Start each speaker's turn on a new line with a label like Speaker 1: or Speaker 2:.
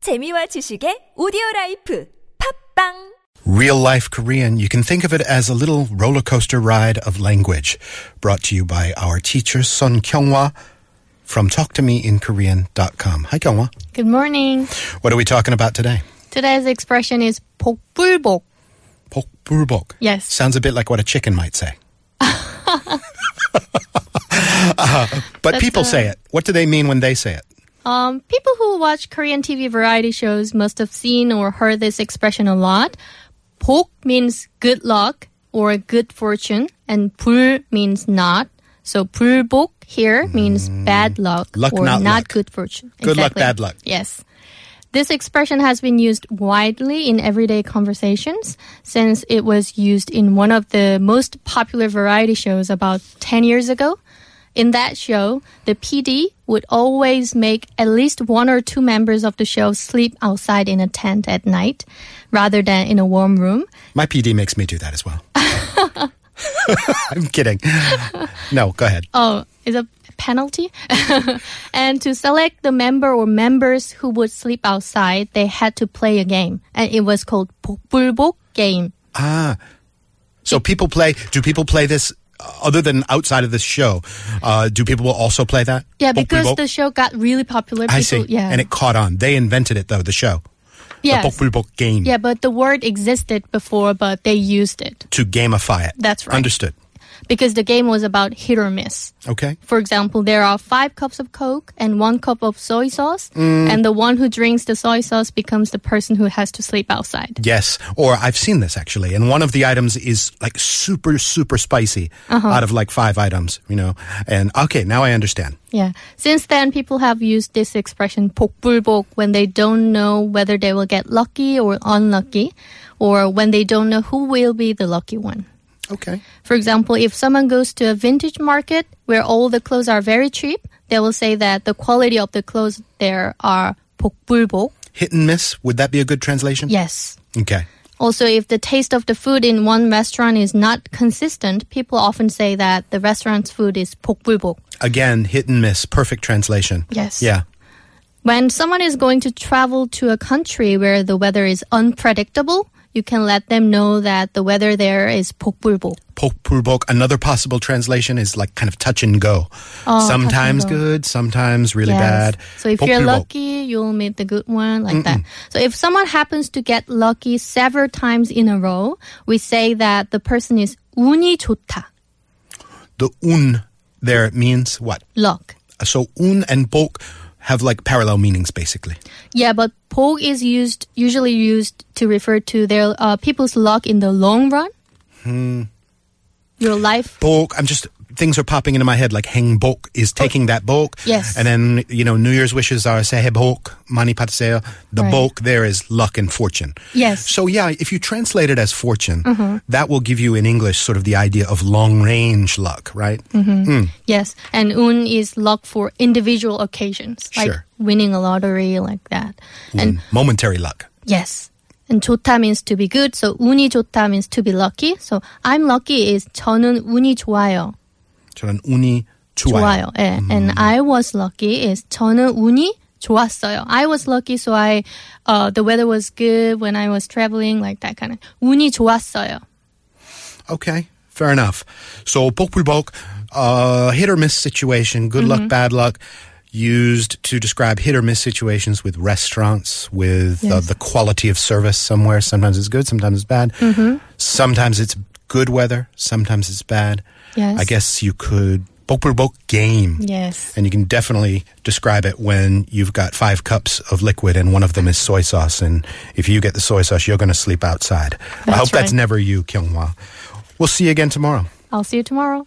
Speaker 1: 재미와 지식의 오디오 라이프 팝빵!
Speaker 2: Real Life Korean, you can think of it as a little roller coaster ride of language. Brought to you by our teacher, Sun Kyunghwa, from talktomeinkorean.com. Hi, Kyunghwa.
Speaker 3: Good morning.
Speaker 2: What are we talking about today?
Speaker 3: Today's expression is 복불복.
Speaker 2: 복불복.
Speaker 3: Yes.
Speaker 2: Sounds a bit like what a chicken might say. Uh, but people say it. What do they mean when they say it?
Speaker 3: Um, people who watch Korean TV variety shows must have seen or heard this expression a lot. 복 means good luck or good fortune, and 불 means not. So 불복 here means bad luck,
Speaker 2: Mm. Luck,
Speaker 3: or
Speaker 2: not
Speaker 3: not,
Speaker 2: luck.
Speaker 3: good fortune.
Speaker 2: Good luck, bad luck.
Speaker 3: Yes. This expression has been used widely in everyday conversations since it was used in one of the most popular variety shows about 10 years ago. In that show, the PD would always make at least one or two members of the show sleep outside in a tent at night rather than in a warm room.
Speaker 2: My PD makes me do that as well. I'm kidding. No, go ahead.
Speaker 3: Oh, is a penalty? and to select the member or members who would sleep outside, they had to play a game. And it was called 복불복 game.
Speaker 2: So people play. Do people play this uh, other than outside of this show? Uh, do people also play that?
Speaker 3: Yeah,
Speaker 2: Bok
Speaker 3: because
Speaker 2: Bulbok?
Speaker 3: the show got really popular.
Speaker 2: I see.
Speaker 3: people- Yeah,
Speaker 2: and it caught on. They invented it though. The show,
Speaker 3: yes.
Speaker 2: the Bulbok game,
Speaker 3: Yeah, but the word existed before, but they used it
Speaker 2: to gamify it.
Speaker 3: That's right.
Speaker 2: Understood.
Speaker 3: because the game was about hit or miss.
Speaker 2: Okay.
Speaker 3: For example, there are five cups of Coke and one cup of soy sauce,
Speaker 2: Mm.
Speaker 3: and the one who drinks the soy sauce becomes the person who has to sleep outside.
Speaker 2: Yes, or I've seen this actually, and one of the items is like super, super spicy
Speaker 3: Uh-huh.
Speaker 2: out of like five items, you know. And okay, now I understand.
Speaker 3: Yeah. Since then, people have used this expression 복불복 when they don't know whether they will get lucky or unlucky, or when they don't know who will be the lucky one.
Speaker 2: Okay.
Speaker 3: For example, if someone goes to a vintage market where all the clothes are very cheap, they will say that the quality of the clothes there are 복불복.
Speaker 2: Hit and miss, would that be a good translation?
Speaker 3: Yes.
Speaker 2: Okay.
Speaker 3: Also, if the taste of the food in one restaurant is not consistent, people often say that the restaurant's food is 복불복.
Speaker 2: Again, hit and miss, perfect translation.
Speaker 3: Yes.
Speaker 2: Yeah.
Speaker 3: When someone is going to travel to a country where the weather is unpredictable, you can let them know that the weather there is 복불복.
Speaker 2: Pokpurbok. Another possible translation is like kind of touch and go.
Speaker 3: Oh, touch
Speaker 2: sometimes
Speaker 3: and go.
Speaker 2: good, sometimes really bad.
Speaker 3: Yes. So if
Speaker 2: Pok
Speaker 3: you're
Speaker 2: Purbok.
Speaker 3: lucky, you'll meet the good one like that. So if someone happens to get lucky several times in a row, we say that the person is 운이 좋다.
Speaker 2: the un there means what?
Speaker 3: Luck.
Speaker 2: So un and bok have like parallel meanings basically.
Speaker 3: Yeah, but 복 is used usually used to refer to their uh, people's luck in the long run.
Speaker 2: Hmm.
Speaker 3: Your life.
Speaker 2: Bok, I'm just things are popping into my head like heng bok is taking that bok.
Speaker 3: Oh. Yes.
Speaker 2: And then you know New Year's wishes are sehe bok, mani patseo. The
Speaker 3: Right.
Speaker 2: bok there is luck and fortune.
Speaker 3: Yes. Mm-hmm.
Speaker 2: So yeah, if you translate it as fortune, that will give you in English sort of the idea of long range luck, right?
Speaker 3: Yes, and un is luck for individual occasions, like
Speaker 2: Sure. Mm.
Speaker 3: winning a lottery, like that. And
Speaker 2: Momentary luck.
Speaker 3: yes, and 좋다 means to be good, so 운이 좋다 means to be lucky. So I'm lucky is 저는 운이 좋아요.
Speaker 2: 저는 운이 좋아요.
Speaker 3: 좋아요. 예. And I was lucky is 저는 운이 좋았어요. I was lucky, so I uh, the weather was good when I was traveling, like that kind of 운이 좋았어요.
Speaker 2: Okay, fair enough. So 복불복, uh, hit or miss situation, good luck,
Speaker 3: Mm-hmm.
Speaker 2: bad luck, used to describe hit or miss situations with restaurants, with uh,
Speaker 3: Yes.
Speaker 2: the quality of service somewhere. Sometimes it's good, sometimes it's bad.
Speaker 3: Mm-hmm.
Speaker 2: Sometimes it's good weather, sometimes it's bad.
Speaker 3: Yes.
Speaker 2: I guess you could 복불복 game.
Speaker 3: Yes.
Speaker 2: And you can definitely describe it when you've got five cups of liquid and one of them is soy sauce. And if you get the soy sauce, you're going to sleep outside. I
Speaker 3: That's
Speaker 2: hope that's
Speaker 3: right.
Speaker 2: never you, Kyunghwa. We'll see you again tomorrow.
Speaker 3: I'll see you tomorrow.